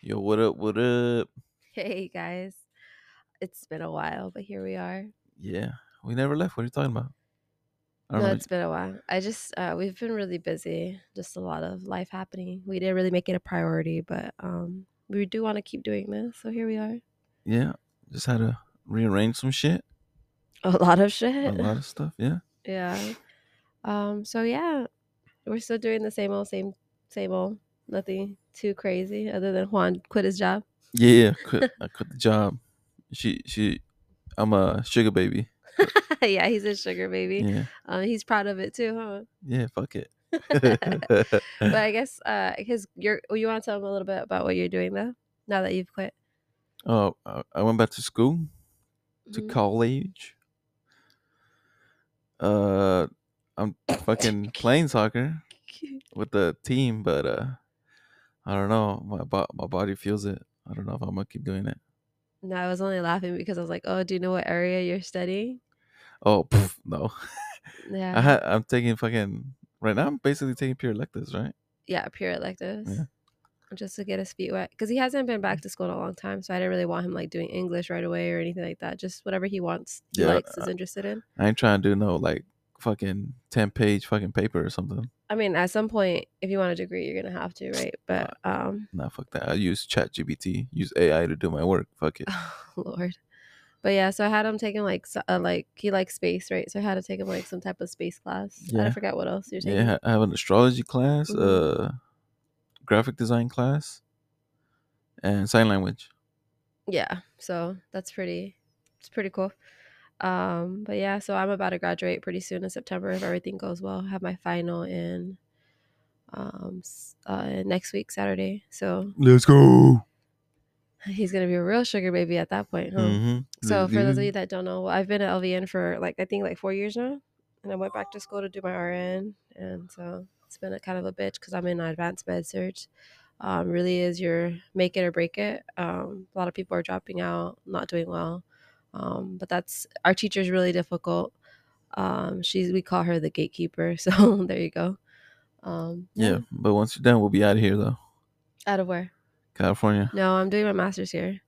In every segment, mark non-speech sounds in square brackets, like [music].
Yo, what up? What up? Hey guys, it's been a while, but here we are. Yeah, we never left. What are you talking about? I No, don't it's been a while. I just uh, we've been really busy, just a lot of life happening. We didn't really make it a priority, but um, we do want to keep doing this, so here we are. [laughs] really. Yeah, just had to rearrange some shit, A lot of a [laughs] shit. lot of stuff. Yeah, yeah. Um. So yeah, we're still doing the same old, same, same old. Nothing too crazy, other than Juan quit his job. [laughs] yeah. I quit, I quit the job. She, she, I'm a sugar baby. yeah, he's a sugar baby. Yeah, Um, he's proud of it too, huh? yeah. Fuck it. [laughs] [laughs] but I guess uh, his your you want to tell him a little bit about what you're doing though, now that you've quit. oh, I, I went back to school to Mhm. college. Uh, I'm fucking playing soccer with the team, but uh, I don't know. My bo- my body feels it. I don't know if I'm gonna keep doing it. [laughs] no, I was only laughing because I was like, "Oh, do you know what area you're studying?" Oh pff, no. [laughs] Yeah, I ha- I'm taking fucking right now. I'm basically taking pure electives, right? yeah, pure electives, Yeah. Mm. just to get his feet wet because he hasn't been back to school in a long time. So I didn't really want him like doing English right away or anything like that. Just whatever he wants, he Yeah, likes, is uh, interested in. I ain't trying to do no like fucking ten page fucking paper or something. I mean, at some point, if you want a degree, you're gonna have to, right? Uh, But um, Nah, fuck that. I use ChatGPT, use AI to do my work. [laughs] Fuck it. Oh, Lord. But yeah, so I had him taking like s- uh, like he likes space, right? So I had to take him like some type of space class. I Yeah. forgot what else you're taking. Yeah, I have an astrology class, Mhm. uh, graphic design class, and sign language. Yeah, So that's pretty. It's pretty cool. Um, but yeah, so I'm about to graduate pretty soon in September if everything goes well. I have my final in um s- uh, next week Saturday. So [laughs] Let's Oh. go. he's gonna be a real sugar baby at that point, huh? Mm-hmm. So for those of you that don't know, well, I've been at LVN for like I think like four years now, and I went back to school to do my RN, and so it's been a kind of a bitch because I'm in advanced med surge. Um, really is your make it or break it. Um, a lot of people are dropping out, not doing well, um, but that's our teacher's really difficult. Um, she's we call her the gatekeeper. [laughs] So there you go. Um, yeah, but once you're done, we'll be out of here though. Out of where? California. No, I'm doing my master's here.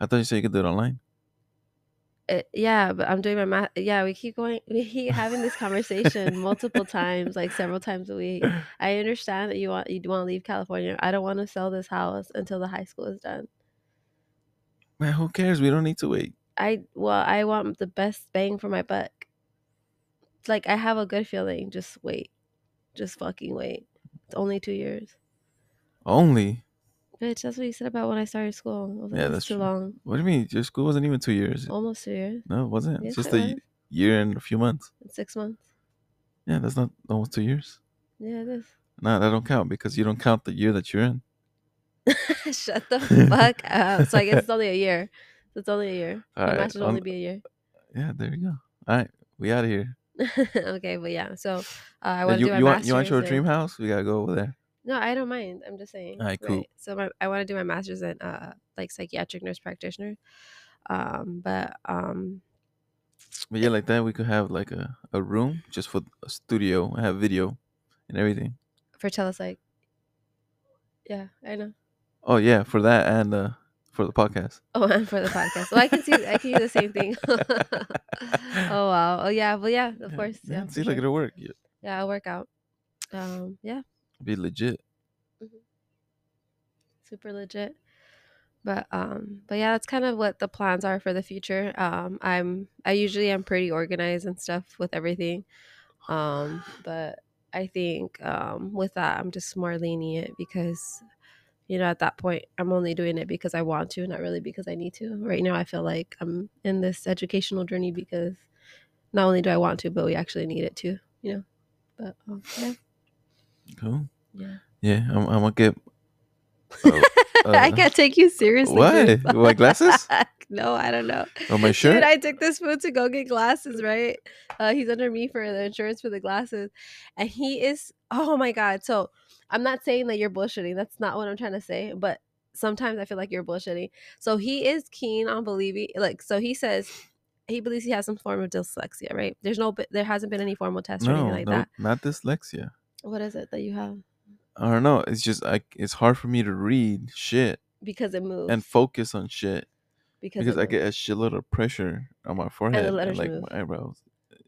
I thought you said you could do it online. Uh, yeah, but I'm doing my math. Yeah, we keep going. We keep having this [laughs] conversation multiple times, like several times a week. I understand that you want you want to leave California. I don't want to sell this house until the high school is done. Man, who cares? We don't need to wait. I well, I want the best bang for my buck. Like I have a good feeling. Just wait, just fucking wait. It's only two years, Only. bitch. That's what you said about when I started school. I was like, Yeah, "That's that's too true. long. What do you mean? Your school wasn't even two years. Almost two years. No, it wasn't. Yes, It's just it a y- was. year and a few months. It's six months. Yeah, that's not almost two years. Yeah, it is. No, that don't count because you don't count the year that you're in. [laughs] Shut the fuck up. So I guess it's only a year. So it's only a year. All My right, um, match should only on- be a year. [laughs] Yeah, there you go. All right, we out of here. okay, but yeah. So uh, I Hey, want to you, do my you want master's. you want your in- dream house? We gotta go over there. No, I don't mind. I'm just saying. Alright, cool. So my, I want to do my master's in uh, like psychiatric nurse practitioner. Um, but um, But yeah, like that we could have like a, a room just for a studio, and have video, and everything. for telepsych. Yeah, I know. [laughs] Oh yeah, for that and uh, for the podcast. Oh, and for the podcast. Well, I can see. I can do the same thing. [laughs] oh wow. Oh yeah. Well, yeah. Of Yeah, course. Yeah. see, for like sure. it'll work. Yeah, yeah. I'll work out. Um. Yeah. be legit. super legit. But um but yeah, that's kind of what the plans are for the future. Um I'm I usually am pretty organized and stuff with everything. Um but I think um with that I'm just more lenient because you know at that point I'm only doing it because I want to, not really because I need to. Right now I feel like I'm in this educational journey because not only do I want to, but we actually need it too, you know. But um, yeah. Cool. Yeah. Yeah, I'm, I'm gonna get. Uh, [laughs] I uh, can't take you seriously. Why? dude. [laughs] My glasses? no, I don't know. Or my shirt? [laughs] Dude, I took this fool to go get glasses, right? Uh, he's under me for the insurance for the glasses. And he is, oh my God. So I'm not saying that you're bullshitting. That's not what I'm trying to say. But sometimes I feel like you're bullshitting. So he is keen on believing, like, so he says he believes he has some form of dyslexia, right? There's no, there hasn't been any formal test or no, anything like no, that. not dyslexia. What is it that you have? I don't know. It's just like it's hard for me to read shit. because it moves and focus on shit because, because it I get a moves. shitload of pressure on my forehead and, letters like move. my eyebrows.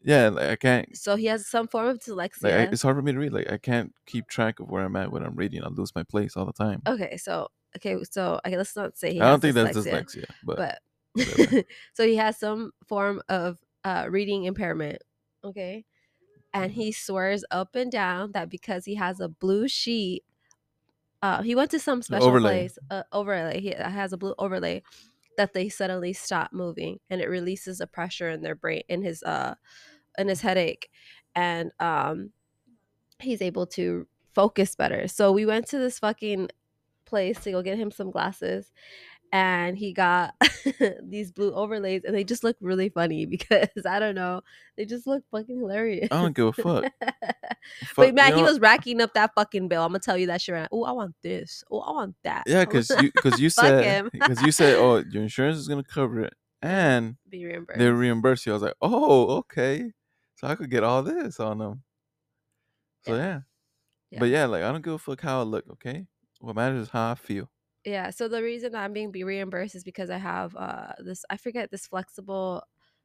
Yeah, like I can't. so he has some form of dyslexia. Like I, it's hard for me to read. Like I can't keep track of where I'm at when I'm reading. I lose my place all the time. okay, so okay, so okay, let's not say he I has don't think that's dyslexia, dyslexia, but, but [laughs] whatever. so he has some form of uh, reading impairment. Okay, and Mm-hmm. he swears up and down that because he has a blue sheet, uh, he went to some special overlay. place uh, overlay. He has a blue overlay that they suddenly stop moving, and it releases the pressure in their brain in his uh in his headache, and um he's able to focus better. So we went to this fucking place to go get him some glasses and he got [laughs] these blue overlays and they just look really funny [laughs] because I don't know, they just look fucking hilarious. I don't give a [laughs] fuck. Fuck, but man, Oh, you he know- was racking up that fucking bill. I'm gonna tell you that shit right now. Oh, I want this. Oh, [laughs] I want that. Yeah, because you because you Fuck said [laughs] him. because you said oh your insurance is gonna cover [laughs] it and be reimbursed. they reimburse you. I was like oh okay, so I could get all this on them. So Yeah. yeah. Yeah. but yeah, like I don't give a fuck how I look. Okay, what matters is how I feel. Yeah. So the reason I'm being be reimbursed is because I have uh this I forget this flexible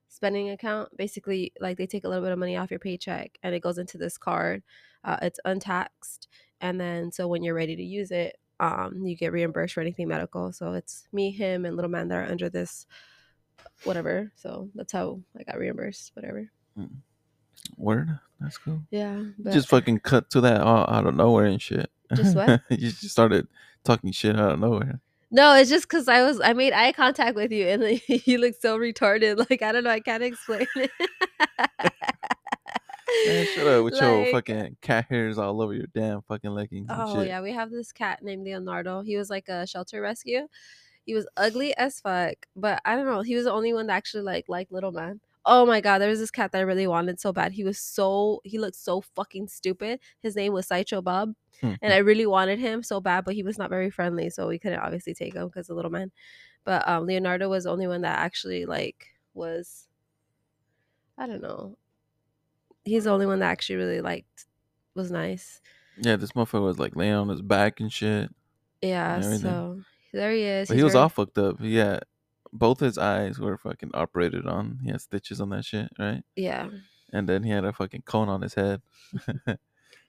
spending account. Basically, like they take a little bit of money off your paycheck and it goes into this card. Uh, it's untaxed, and then so when you're ready to use it, um, you get reimbursed for anything medical. So it's me, him, and little man that are under this whatever. So that's how I got reimbursed. Whatever. Word, that's cool. Yeah. But Just fucking cut to that all out of nowhere and shit. Just what? [laughs] you just started talking shit out of [laughs] nowhere. no, it's just because I was I made eye contact with you and like, [laughs] you look so retarded. Like I don't know, I can't explain it. Man, Eh, shut up with your Like, fucking cat hairs all over your damn fucking leggings and Oh shit. yeah, we have this cat named Leonardo. He was like a shelter rescue. He was ugly as fuck, but I don't know. He was the only one that actually like liked little man. Oh my god, there was this cat that I really wanted so bad. He was so he looked so fucking stupid. His name was Sideshow Bob, Hmm. and I really wanted him so bad, but he was not very friendly, so we couldn't obviously take him because the little man. But um, Leonardo was the only one that actually like was. I don't know. He's the only one that actually really liked was nice. yeah, this motherfucker was like laying on his back and shit. Yeah, and everything. so there he is. But He's he was very- all fucked up. He had both his eyes were fucking operated on. He had stitches on that shit, right? Yeah, And then he had a fucking cone on his head. [laughs]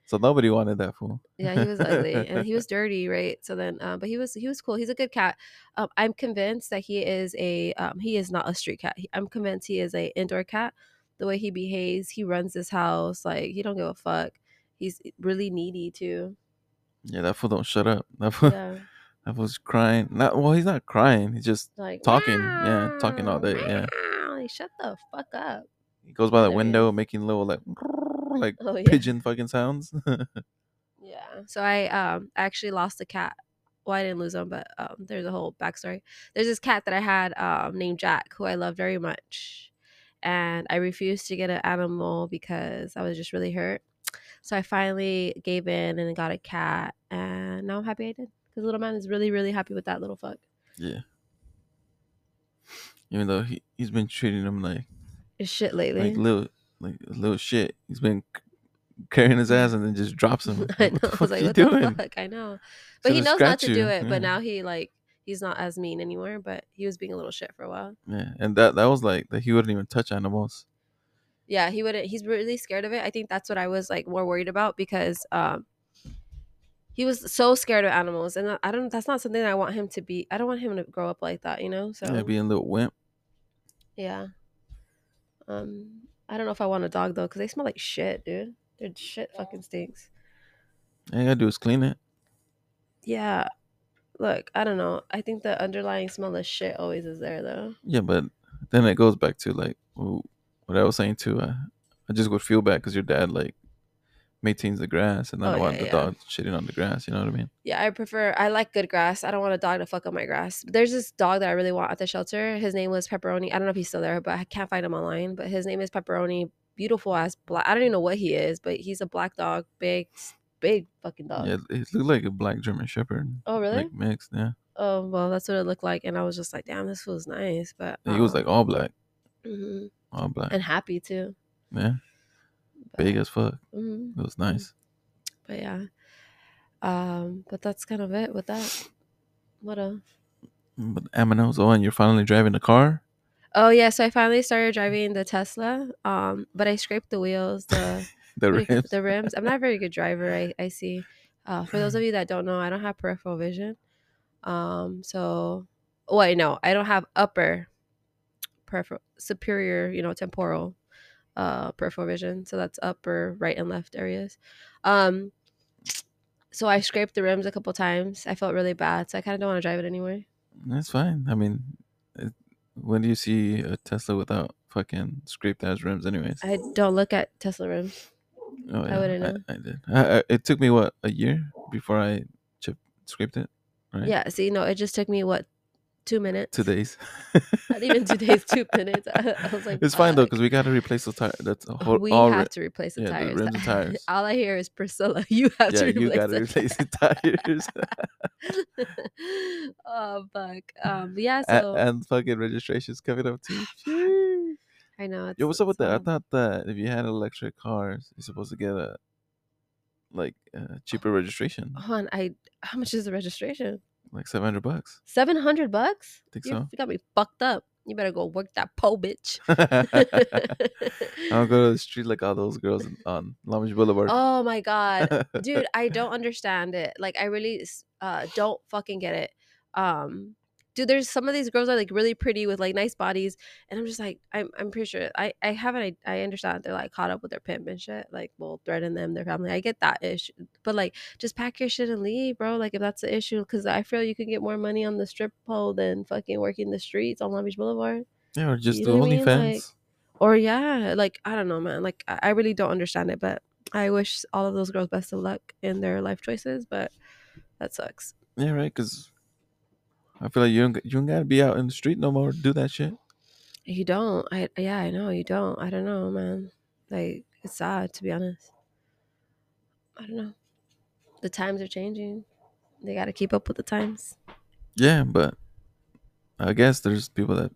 so nobody wanted that fool. yeah, he was ugly and he was dirty, right? So then, um, but he was he was cool. He's a good cat. Um, I'm convinced that he is a um, he is not a street cat. He, I'm convinced he is a indoor cat. The way he behaves, he runs his house like he don't give a fuck. He's really [laughs] needy too. [laughs] Yeah, that fool don't shut up. That fool, Yeah, that fool's crying. Not well, he's not crying. He's just like Talking, yeah, talking all "Meow, day, yeah. meow." Like, shut the fuck up. he goes by the Hilarious. window making little like like Oh [laughs] yeah. pigeon fucking sounds. [laughs] Yeah. So I um actually lost a cat. Well, I didn't lose him, but um, there's a whole backstory. There's this cat that I had um, named Jack, who I love very much, and I refused to get an animal because I was just really hurt. So I finally gave in and got a cat, and now I'm happy I did because little man is really, really happy with that little fuck. yeah. Even though he he's been treating him like It's shit lately. like little like little shit. He's been c- carrying [laughs] his ass and then just drops him. I Like, know. [laughs] what the I fuck was like, you what doing? the fuck? I know, but he Should've knows not scratched to you, do it. yeah. But now he like he's not as mean anymore. But he was being a little shit for a while. Yeah, and that that was like that he wouldn't even touch animals. yeah he wouldn't he's really scared of it i think that's what i was like more worried about because um he was so scared of animals and i don't that's not something i want him to be i don't want him to grow up like that you know so Yeah, being a little wimp. yeah um i don't know if i want a dog though because they smell like shit dude their shit fucking stinks All you gotta do is clean it. yeah look i don't know i think the underlying smell of shit always is there though Yeah, but then it goes back to like w- what I was saying too. Uh, I just would feel bad because your dad like maintains the grass, and I Oh, don't yeah, want the yeah. dog shitting on the grass. You know what I mean? Yeah, I prefer. I like good grass. I don't want a dog to fuck up my grass. But There's this dog that I really want at the shelter. His name was Pepperoni. I don't know if he's still there, but I can't find him online. But his name is Pepperoni. Beautiful ass black. I don't even know what he is, but he's a black dog, big, big fucking dog. Yeah, it looked like a black German Shepherd, Oh really? like mixed. Yeah, oh well, that's what it looked like, and I was just like, damn, this feels nice. But And he was um, like all black, mhm, all black. and happy too. yeah, big as fuck. Mhm, It was nice. but yeah, um, but that's kind of it with that. What else? But M&M's. Oh, and you're finally driving a car. Oh yeah, so I finally started driving the Tesla. Um, but I scraped the wheels, the [laughs] The rims. the rims. I'm not a very good driver. I I see. Uh, for those of you that don't know, I don't have peripheral vision. Um, so well, no, I don't have upper peripheral superior, you know, temporal uh peripheral vision. So that's upper right and left areas. Um so I scraped the rims a couple times. I felt really bad, so I kind of don't want to drive it anywhere. That's fine. I mean, it, when do you see a Tesla without fucking scraped ass rims? Anyways. I don't look at Tesla rims. oh yeah. wouldn't know. I, I did. I, I, it took me what a year before I chip scraped it. Right. Yeah, see, no, it just took me what two minutes. Two days. [laughs] Not even two days, two [laughs] minutes. I, was like, it's fine though "Fuck." because we got to replace the tire. That's a whole, we all have ri- to replace the yeah, the tires. rims and [laughs] tires. All I hear is Priscilla. [laughs] You have yeah, to replace you got to the replace [laughs] the tires oh fuck. Um, yeah. A- So and fucking registration's coming up too. [sighs] I know. It's, Yo, what's up with it's that? I wild. thought that if you had electric cars, you're supposed to get a like uh, cheaper registration, Hold on. I how much is the registration? like seven hundred [laughs] bucks. [laughs] Seven hundred bucks. Think you so. You got me fucked up. You better go work that pole, bitch. [laughs] I don't go to the street like all those girls in- on Long Beach Boulevard. [laughs] oh my god. [laughs] dude i don't understand it like i really s- uh don't fucking get it um dude there's some of these girls are like really pretty with like nice bodies and i'm just like i'm, I'm pretty sure i i haven't I, I understand they're like caught up with their pimp and shit like well threaten them their family i get that ish but like just pack your shit and leave bro like if that's the issue because i feel you can get more money on the strip pole than fucking working the streets on long beach boulevard yeah, or just you do know what I mean? OnlyFans. Like- or yeah like i don't know man like i I really don't understand it but i wish all of those girls best of luck in their life choices but that sucks yeah, right. Because I feel like you don't, g- you don't gotta be out in the street no more. to Do that shit. you don't i yeah i know you don't i don't know man like it's sad to be honest i don't know the times are changing they got to keep up with the times Yeah, but I guess there's people that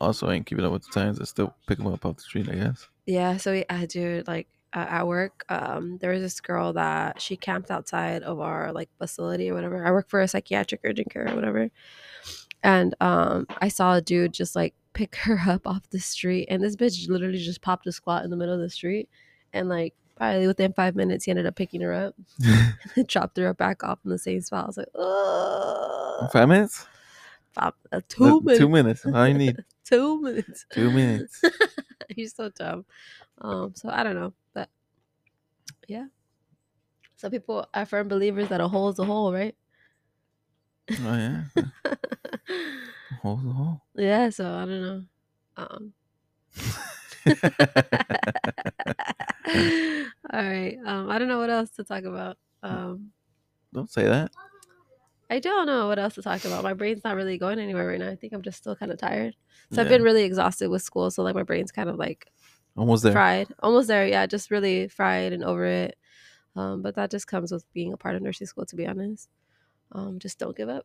also ain't keeping up with the times that still pick them up off the street. I guess. [laughs] yeah so we, i do like uh, at work um there was this girl that she camped outside of our like facility or whatever i work for a psychiatric urgent care or whatever and um i saw a dude just like pick [laughs] her up off the street and this bitch literally just popped a squat in the middle of the street and like probably within five minutes he ended up picking her up [laughs] and dropped her back off in the same spot i was like oh Five minutes. [laughs] two Uh, minutes Two minutes. All you need. two minutes Two minutes. Oh, [laughs] You're so dumb. Um, so I don't know, but yeah. Some people are firm believers that a hole is a hole, right? [laughs] oh yeah. [laughs] Hold [laughs] on. yeah. So I don't know. Um. [laughs] All right. Um. I don't know what else to talk about. Um. [laughs] Don't say that. I don't know what else to talk about. My brain's not really going anywhere right now. I think I'm just still kind of tired. So I've Yeah, been really exhausted with school. So like my brain's kind of like almost there. fried almost there yeah just really fried and over it um, but that just comes with being a part of nursing school to be honest um, just don't give up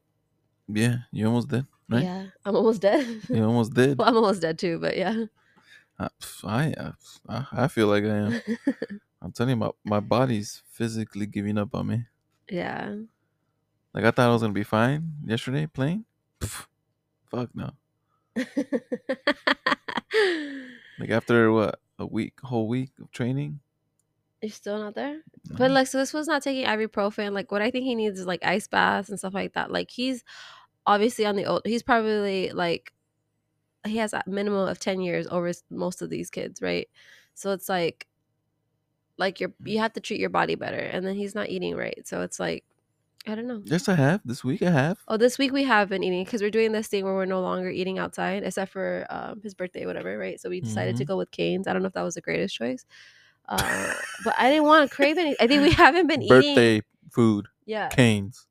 Yeah, you almost did. Right? yeah i'm almost dead [laughs] You almost did. well i'm almost dead too but yeah I, pff, I, uh, pff, I, I feel like I am. I'm telling you, my, my body's physically giving up on me. [laughs] yeah [laughs] Like, I thought I was going to be fine yesterday playing. Pff, fuck no. Like, after what? A week, whole week of training? you're still not there no. but like so this was not taking ibuprofen like what i think he needs is like ice baths and stuff like that like he's obviously on the old he's probably like he has a minimum of 10 years over s- most of these kids right so it's like like you're you have to treat your body better and then he's not eating right so it's like i don't know Yes, I have. This week I have. oh this week we have been eating because we're doing this thing where we're no longer eating outside except for um, his birthday whatever right so we decided Mm-hmm. to go with canes i don't know if that was the greatest choice uh, but i didn't want to crave any i think we [laughs] haven't been eating Uh, Birthday food, yeah canes.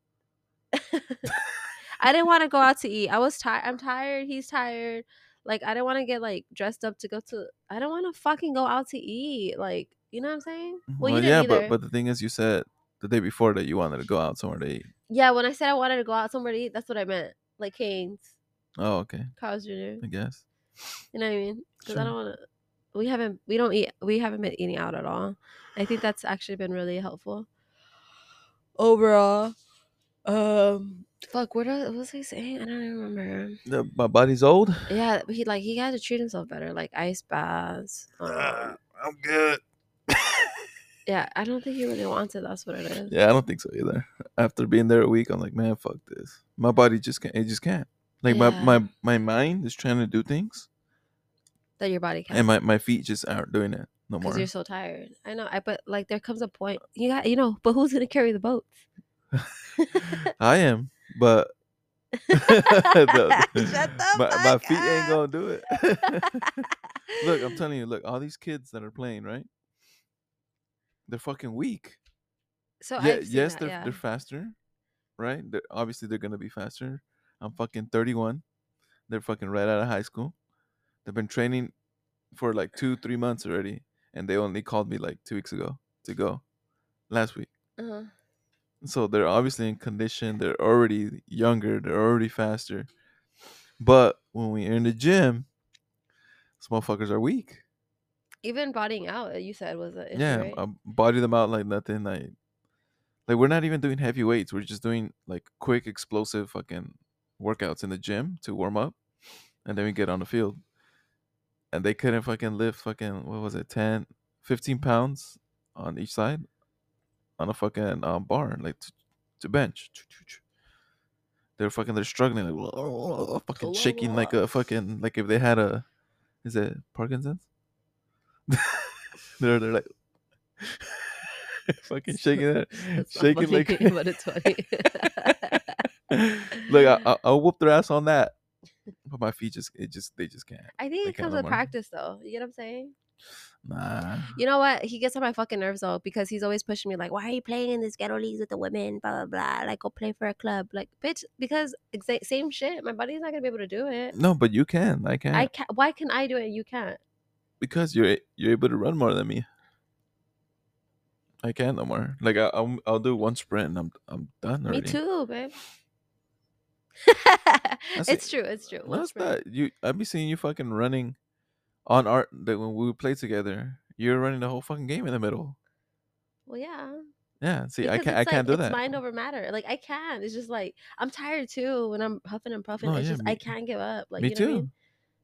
I didn't want to go out to eat. I was tired. I'm tired. He's tired. Like I didn't want to get like dressed up to go to. I don't want to fucking go out to eat. Like you know what I'm saying? Well, you didn't yeah, either. but, but the thing is, you said the day before that you wanted to go out somewhere to eat. yeah, when I said I wanted to go out somewhere to eat, that's what I meant. Like Canes, Oh, okay. Carl's Jr. You I guess. know what I mean? Because I Sure. don't want to. We haven't. We don't eat. We haven't been eating out at all. I think that's actually been really helpful. Overall, um, fuck, what, are, what was he saying? I don't even remember. The, my body's old. Yeah, but he like he had to treat himself better, like ice baths. Um, Uh, I'm good. yeah, I don't think he really wants it. That's what it is. Yeah, I don't think so either. After being there a week, I'm like, man, fuck this. My body just can't. It just can't. Like Yeah. my, my my mind is trying to do things, That your body can. and my, my feet just aren't doing it no more. because you're so tired. I know. I but like there comes a point. You got you know. But who's gonna carry the boats? [laughs] I am, but [laughs] the- Shut the my, my fuck feet ain't up. gonna do it. [laughs] [laughs] look, I'm telling you, look, all these kids that are playing, right? They're fucking weak. [laughs] [laughs] So yeah, I've seen yes, that, they're yeah. they're faster, right? They're, obviously, they're gonna be faster. I'm fucking 31. They're fucking right out of high school. They've been training for like two, three months already, and they only called me like two weeks ago to go, last week. Uh-huh. So they're obviously in condition. They're already younger. They're already faster. But when we're in the gym, these motherfuckers are weak. Even bodying out, uh, you said was an issue. yeah, uh, right? [laughs] I body them out like nothing. Like, like we're not even doing heavy weights. We're just doing like quick, explosive fucking workouts in the gym to warm up, and then we get on the field. And they couldn't fucking lift fucking what was it 10, 15 pounds on each side, on a fucking um, bar like to, to bench. They're fucking. They're struggling like [laughs] fucking shaking like a fucking like if they had a, is it Parkinson's? they're they're like fucking shaking it, [laughs] [laughs] That's not shaking funny, like. [laughs] but [laughs] it's funny. Look, I, I, I'll whoop their ass on that, but my feet just it just they just can't. [laughs] I think I it can't comes with remember. practice, though. You get what I'm saying? Nah. You know what? He gets on my fucking nerves though because he's always pushing me like, "Why are you playing in this ghetto leagues with the women?" Blah blah blah. Like, go play for a club. Like, bitch, because exa- same shit. My body's not gonna be able to do it. No, but you can. I can I can Why can I do it? and You can't. because you're a- you're able to run more than me. I can no more. Like I, I'll I'll do one sprint and I'm I'm done already. Me too, babe. it. [laughs] it's true. It's true. No, What's it's not. You, I'd be seeing you fucking running on art that when we would play together, you're running the whole fucking game in the middle. Well, yeah. Yeah. See, I because can't. it's I can't like, do it's that. Mind over matter. Like I can. It's just like I'm tired too when I'm huffing and puffing. No, it's yeah, just me- I can't give up. Like me you know too. What I mean?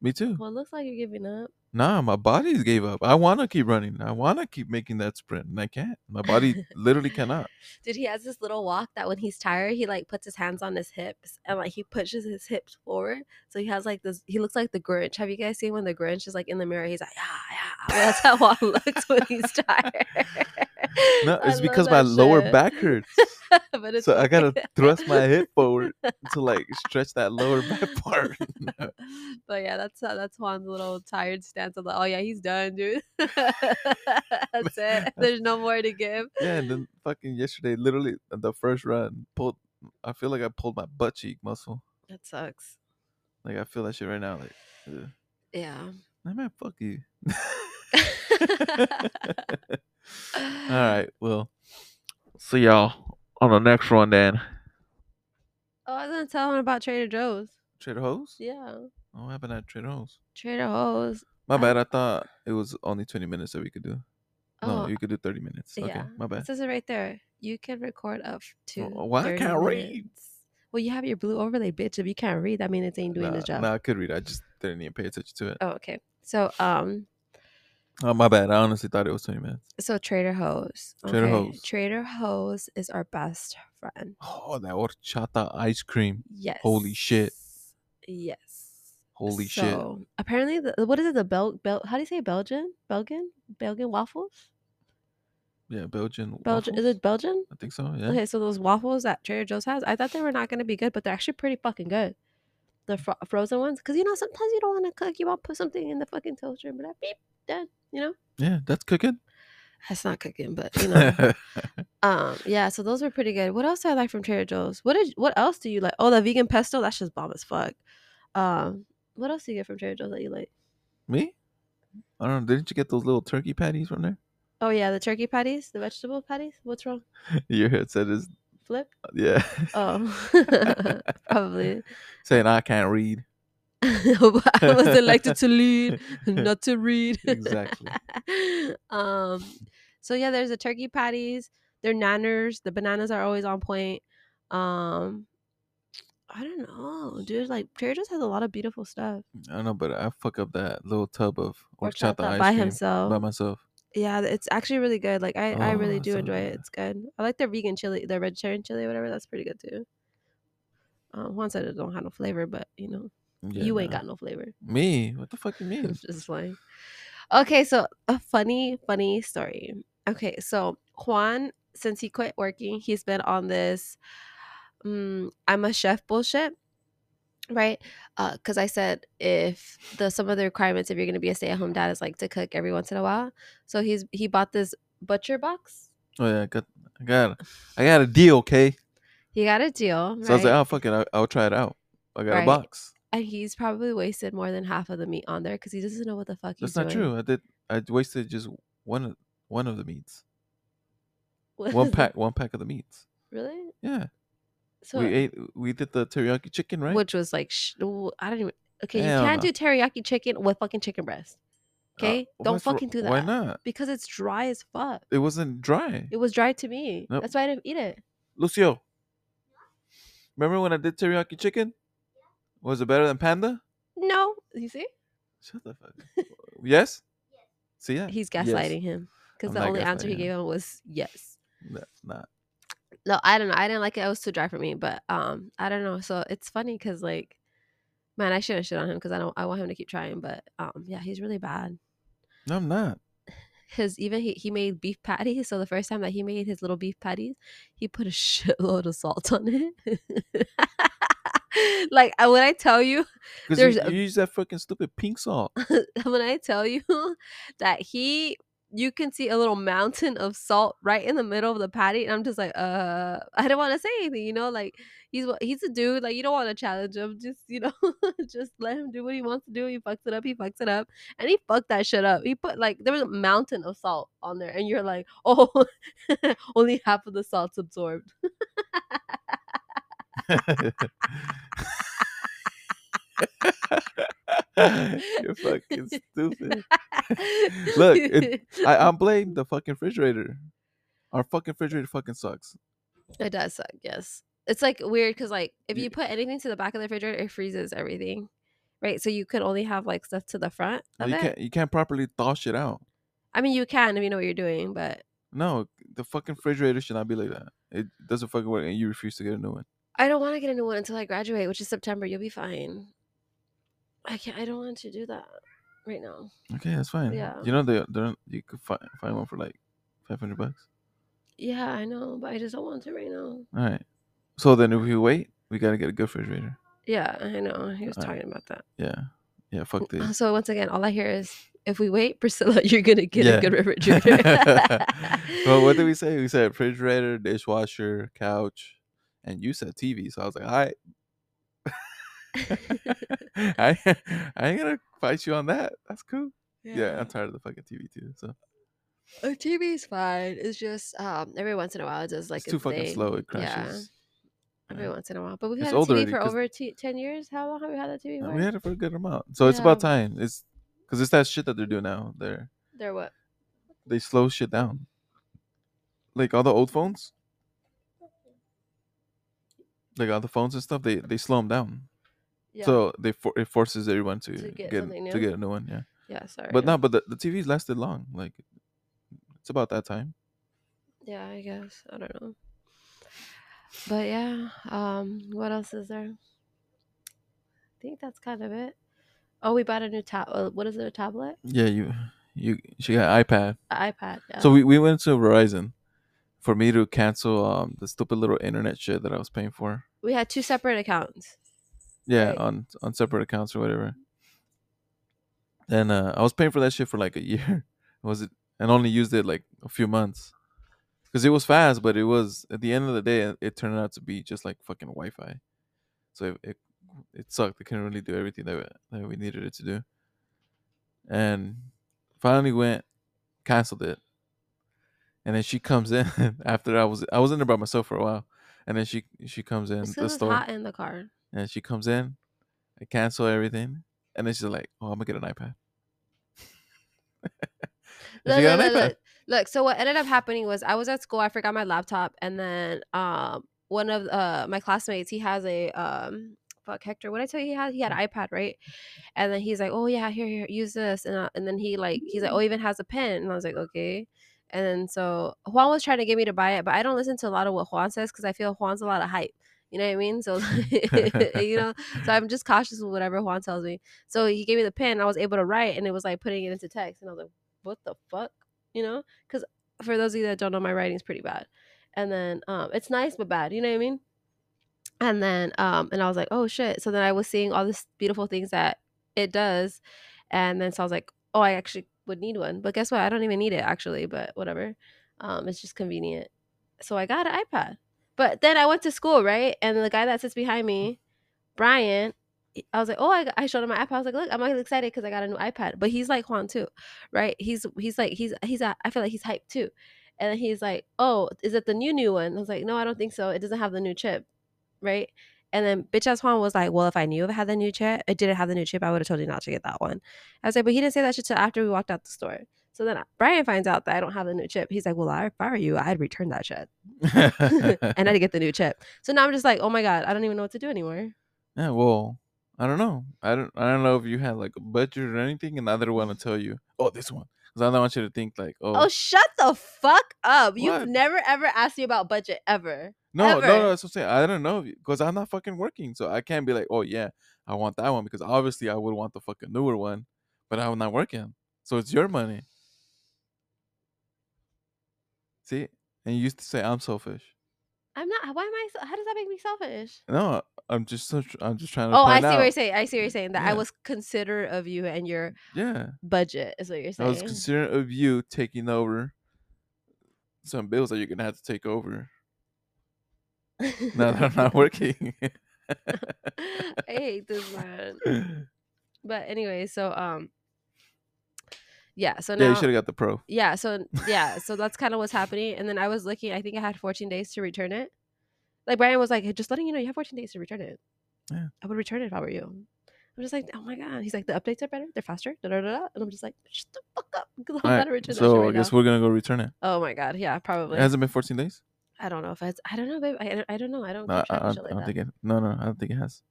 Me too. Well, it looks like you're giving up. Nah, my body's gave up. I want to keep running. I want to keep making that sprint, and I can't. My body literally cannot. Dude, he has this little walk that when he's tired, he like puts his hands on his hips and like he pushes his hips forward. So he has like this. He looks like the Grinch. Have you guys seen when the Grinch is like in the mirror? He's like, ah, yeah. Well, [laughs] that's how Juan [laughs] looks when he's tired. No, [laughs] I it's love because my that lower shit. back hurts, [laughs] but it's so I [laughs] gotta okay. thrust my hip forward to like stretch that lower back [laughs] part. [laughs] but yeah, that's uh, that's Juan's little tired stance. I'm like, oh yeah, he's done, dude. [laughs] that's it. There's no more to give. Yeah, and then fucking yesterday, literally uh, the first run pulled. I feel like I pulled my butt cheek muscle. That sucks. Like I feel that shit right now. Like, ugh. [laughs] Yeah. Nah, man, fuck you. All right, [sighs] well, see y'all on the next one then. Oh, I was gonna tell him about Trader Joe's. Trader Joe's? Yeah, Oh, What happened at Trader Joe's? Trader Joe's. My I- bad. I thought it was only twenty minutes that we could do. Oh, no, you could do thirty minutes. Okay, yeah. my it bad. says it right there. You can record up to. Wh- why I 30 can't read? minutes. Well, you have your blue overlay, bitch. If you can't read, that means it ain't doing nah, the job. nah, I could read. it. I just didn't even pay attention to it. Oh, okay. So, um, Oh, my bad. I honestly thought it was twenty minutes. so Trader Joe's. Trader okay? Joe's. Trader Joe's is our best friend. Oh, that horchata ice cream. Yes. shit. Yes. Holy shit. so, Apparently, the, what is it? The Bel, Bel how do you say Belgian? Belgian? Belgian waffles? Yeah, Belgian. Belgian? Is waffles? it Belgian? I think so. Yeah. Okay, so those waffles that Trader Joe's has, I thought they were not going to be good, but they're actually pretty fucking good. The fro- frozen ones, because you know sometimes you don't want to cook, you want to put something in the fucking toaster, and be like, beep, done. You know, Yeah, that's cooking. that's not cooking, but you [laughs] know, um, yeah. So those were pretty good. What else do I like from Trader Joe's? What did what else do you like? Oh, the vegan pesto, that's just bomb as fuck. Um, what else do you get from Trader Joe's that you like? Me? I don't know. Didn't you get those little turkey patties from there? [laughs] Oh yeah, the turkey patties, the vegetable patties. What's wrong? Your headset is Flip. yeah. Oh, [laughs] probably. [laughs] Saying I can't [laughs] read. I was elected to lead. [laughs] not to read. Exactly. [laughs] um, so yeah, there's the turkey patties. They're nanners. The bananas are always on point. Um, I don't know, dude. Like Trader Joe's has a lot of beautiful stuff. I don't know, but I fuck up that little tub of Horchata horchata ice by cream himself. by myself. yeah, it's actually really good. Like I, I Oh, really that do sounds enjoy it. good. It's good. I like their vegan chili, their vegetarian chili, whatever. That's pretty good too. Uh, Juan said it don't have no flavor, but you know, Yeah, you ain't nah. got Mm. no flavor. me. What the fuck you [laughs] mean? [laughs] just playing. Okay, so a funny, funny story. Okay, so Juan, since he quit working, he's been on this mm, I'm a chef bullshit, right? Because I said if the some of the requirements if you're gonna be a stay at home dad is like to cook every once in a while. So he's he bought this butcher box. Oh yeah, I got, I got, I got a deal. Okay, He got a deal, so I was like, right? oh fuck it, I'll, I'll try it out. I got Right. a box. and he's probably wasted more than half of the meat on there because he doesn't know what the fuck he's That's not doing. true. I did. I wasted just one, of- one of the meats. [laughs] What One is it? pack, one pack of the meats. really? Yeah, So we ate. We did the teriyaki chicken, right? which was like sh- ooh, I don't even. Okay, Hell you can't no. do teriyaki chicken with fucking chicken breast. Uh, Okay, don't what's wr- fucking do that. Why not? Because it's dry as fuck. It wasn't dry. It was dry to me. Nope. That's why I didn't eat it. Lucio, remember when I did teriyaki chicken? Was it better than panda? No, you see, Shut the fuck. [laughs] up. yes. See yeah. he's Yes. gaslighting him because I'm the not only answer he gaslighting gave him was yes. That's not. No, I don't know. I didn't like it. It was too dry for me. But um, I don't know. So it's funny because like, man, I shouldn't shit on him because I don't. I want him to keep trying. But um, yeah, he's really bad. No, I'm not. his even he, he made beef patties so the first time that he made his little beef patties he put a [laughs] shitload of salt on it [laughs] like I- when i tell you Because There's you, a- you use that fucking stupid pink [laughs] salt. [laughs] when i tell you [laughs] that he you can see a little mountain of salt right in the middle of the patty and i'm just like uh [laughs] i don't want to say anything you know like he's wa- he's a dude like you don't want to challenge him just you know [laughs] just let him do what he wants to do he fucks it up he fucks it up and he fucked that shit up he put like there was a mountain of salt on there and you're like [laughs] oh only half of the salt's absorbed You're fucking stupid. [laughs] Look, it- [laughs] I, I blame the fucking refrigerator. Our fucking refrigerator fucking sucks. It does suck. Yes, it's like weird because like if Ye- you put anything to the back of the refrigerator, it freezes everything, right? So you could only have like stuff to the front No, Oh, of you it. can't you can't properly thaw shit out. I mean, you can if you know what you're doing, but No, the fucking refrigerator should not be like that. It doesn't fucking work, and you refuse to get a new one. I don't want to get a new one until I graduate, which is September. You'll be fine. I can't. I don't want to do that right now. Okay, that's fine. Yeah. You know they they're, you could find find one for like five hundred bucks. Yeah, I know, but I just don't want to right now. All right. So then if we wait, we gotta get a good refrigerator. Yeah, I know. He was Alright. talking about that. Uh, Yeah. Yeah. Fuck this. So once again, all I hear is, if we wait, [laughs] Priscilla, you're gonna get Yeah. [laughs] a good refrigerator. well, what did [laughs] we say? We said refrigerator, dishwasher, couch, and you said TV. So I was like, all [laughs] right, I, I ain't gonna fight you on that. That's cool. Yeah. I'm tired of the fucking TV too. So Our TV Oh, is fine. It's just um, every once in a while it does like it's too its fucking thing. slow. It Yeah, crashes. every Yeah. once in a while. But we've It's had a older TV for because- over t- ten years. How long have we had that TV And for? Uh, we had it for a good amount. So it's about Yeah. time. It's because it's that shit that they're doing now. They're They're what? they slow shit down. Like all the old phones, like all the phones and stuff, they they slow them down. Yeah. So they for, it forces everyone to, To get get, something to new? get a new one. Yeah. yeah, sorry. but no, but the, the TV's lasted long. Like it's about that time. Yeah, I guess I don't know. But yeah, um, what else is there? I think that's kind of it. Oh, we bought a new tab. Uh, what is it? A tablet? Yeah, you you she got an iPad. An iPad. Yeah. So we, we went to Verizon for me to cancel um the stupid little internet shit that I was paying for. we had two separate accounts. Yeah, Right. on on separate accounts or whatever. And uh, I was paying for that shit for like a [laughs] year. Was it and only used it like a few months. Cause it was fast, but it was at the end of the day, it- it turned out to be just like fucking Wi-Fi. So it it, it sucked. It couldn't really do everything that we, that we needed it to do. And finally went, canceled it. And then she comes in [laughs] after I was I was in there by myself for a while. And then she she comes in It's the was store. hot in the car. And she comes in, I cancel everything, and then she's like, "Oh, I'm gonna get an iPad." [laughs] And look, she look, got an look, iPad. look. Look, so what ended up happening was I was at school, I forgot my laptop, and then um one of uh my classmates, he has a um fuck Hector. What did I tell you he had? He had an iPad, right? And then he's like, "Oh yeah, here, here, use this." And uh, and then he like he's like, "Oh, I even has a pen." And I was like, "Okay." And then so Juan was trying to get me to buy it, but I don't listen to a lot of what Juan says because I feel Juan's a lot of hype. You know what I mean? So [laughs] you know, so I'm just cautious with whatever Juan tells me. So he gave me the pen. I was able to write, and it was like putting it into text. And I was like, "What the fuck?" You know? Because for those of you that don't know, my writing's pretty bad. And then um, it's nice but bad. You know what I mean? and then um and i was like oh shit so then i was seeing all these beautiful things that it does and then so i was like oh i actually would need one but guess what i don't even need it actually but whatever um it's just convenient so i got an ipad but then i went to school right and the guy that sits behind me brian I was like, oh, I, I showed him my iPad. I was like, look, I'm like excited because I got a new iPad. But he's like Juan too, right? He's he's like he's he's a, I feel like he's hyped too, and then he's like, oh, is it the new new one? I was like, no, I don't think so. It doesn't have the new chip right? And then bitch ass Juan was like, "Well, if I knew if I had the new chip, I didn't have the new chip, I would have told you not to get that one." I was like, "But he didn't say that shit till after we walked out the store." So then Brian finds out that I don't have the new chip. He's like, "Well, if I were you, I'd return that shit [laughs] and I'd get the new chip." So now I'm just like, "Oh my god, I don't even know what to do anymore." [laughs] yeah, well, I don't know. I don't. I don't know if you had like a budget or anything, and I didn't want to tell you. Oh, this one, because I don't want you to think like, oh, Oh, shut the fuck up! You've What? never ever asked me about budget ever. no, no, ever. no, that's what I'm saying. I don't know because I'm not fucking working, so I can't be like, oh yeah, I want that one because obviously I would want the fucking newer one, but I'm not working, so it's your money. See, and you used to say I'm selfish. I'm not. Why am I? so- How does that make me selfish? No, I'm just so tr- I'm just trying to. Oh, I point see out. what you're saying. I see what you're saying. That I Yeah. was considerate of you and your Yeah, budget is what you're I saying. was considerate of you taking over some bills that you're gonna have to take over [laughs] now that I'm not working. [laughs] I hate this man. But anyway, so um, yeah. So yeah, now, you should have got the pro. yeah. So yeah. So that's kind of what's happening. And then I was looking. I think I had 14 days to return it. Like Brian was like, "Hey, just letting you know, you have 14 days to return it. Yeah. I would return it if I were you. I'm just like, oh my god. He's like, the updates are better. They're faster. Da da da. da." And I'm just like, shut the fuck up. 'cause All I'm right, not a return that shit so I right guess now. we're gonna go return it. Oh my god. Yeah. Probably. it hasn't been 14 days. I don't know if it's. I don't know, babe. I, don't- I don't know. I don't. No, I, keep I track of don't, shit I like don't that. think it. No, no, I don't think it has.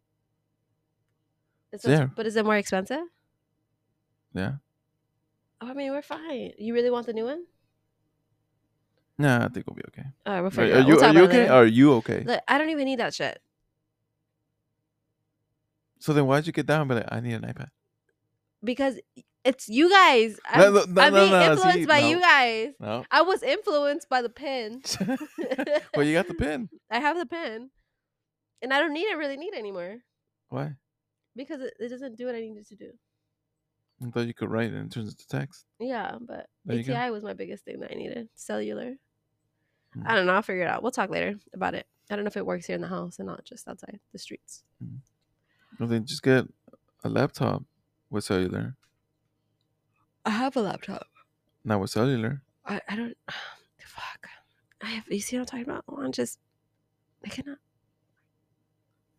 It's just- yeah. But is it more expensive? Yeah, Oh, I mean, we're fine. You really want the new one? nah, I think we'll be okay. All right, we're Are, fine. are you we'll are talk you about it okay? later. Are you okay? Look, I don't even need that shit. So then why'd you get down? and be like, I need an iPad. because it's you guys. I'm, No, no, I'm no, being no, no, influenced see, by no. you guys. No. I was influenced by the pen. [laughs] well, you got the pin. [laughs] I have the pen, and I don't need it. Really need it anymore Why? because it, it doesn't do what I needed to do. I thought you could write it and it turns into text. Yeah, but There you go. ATI was my biggest thing that I needed. Cellular. Mm. I don't know. I'll figure it out. We'll talk later about it. I don't know if it works here in the house and not just outside the streets. Well, then just get a laptop with cellular, I have a laptop. not with cellular. I, I don't. [sighs] Fuck. I have. You see what I'm talking about? I'm just. I cannot.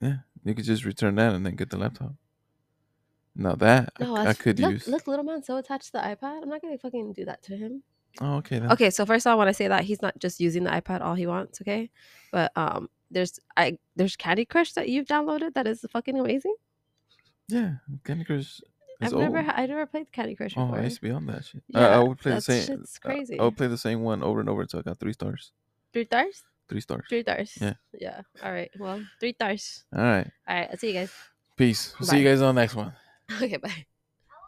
You could just return that and then get the laptop. Now that I No, c- I, that's- could look, use. Look, little man, so attached to the iPad. I'm not gonna fucking do that to him. Oh, okay. Then. Okay, so first of all, when I say that, he's not just using the iPad all he wants, okay? But um, there's I there's Candy Crush that you've downloaded that is fucking amazing. Yeah, Candy Crush is I've old. never ha- I never played Candy Crush oh, before. I used to be on that shit. I, Yeah, I would play the that same. uh, oh, shit's I- crazy. I would play the same one over and over until I got three stars. Three stars, Three stars. three stars. Yeah. yeah. All right. Well, three stars. All right. All right. I'll see you guys. [laughs] Peace. We'll see you Bye. guys on the next one. Okay. Bye.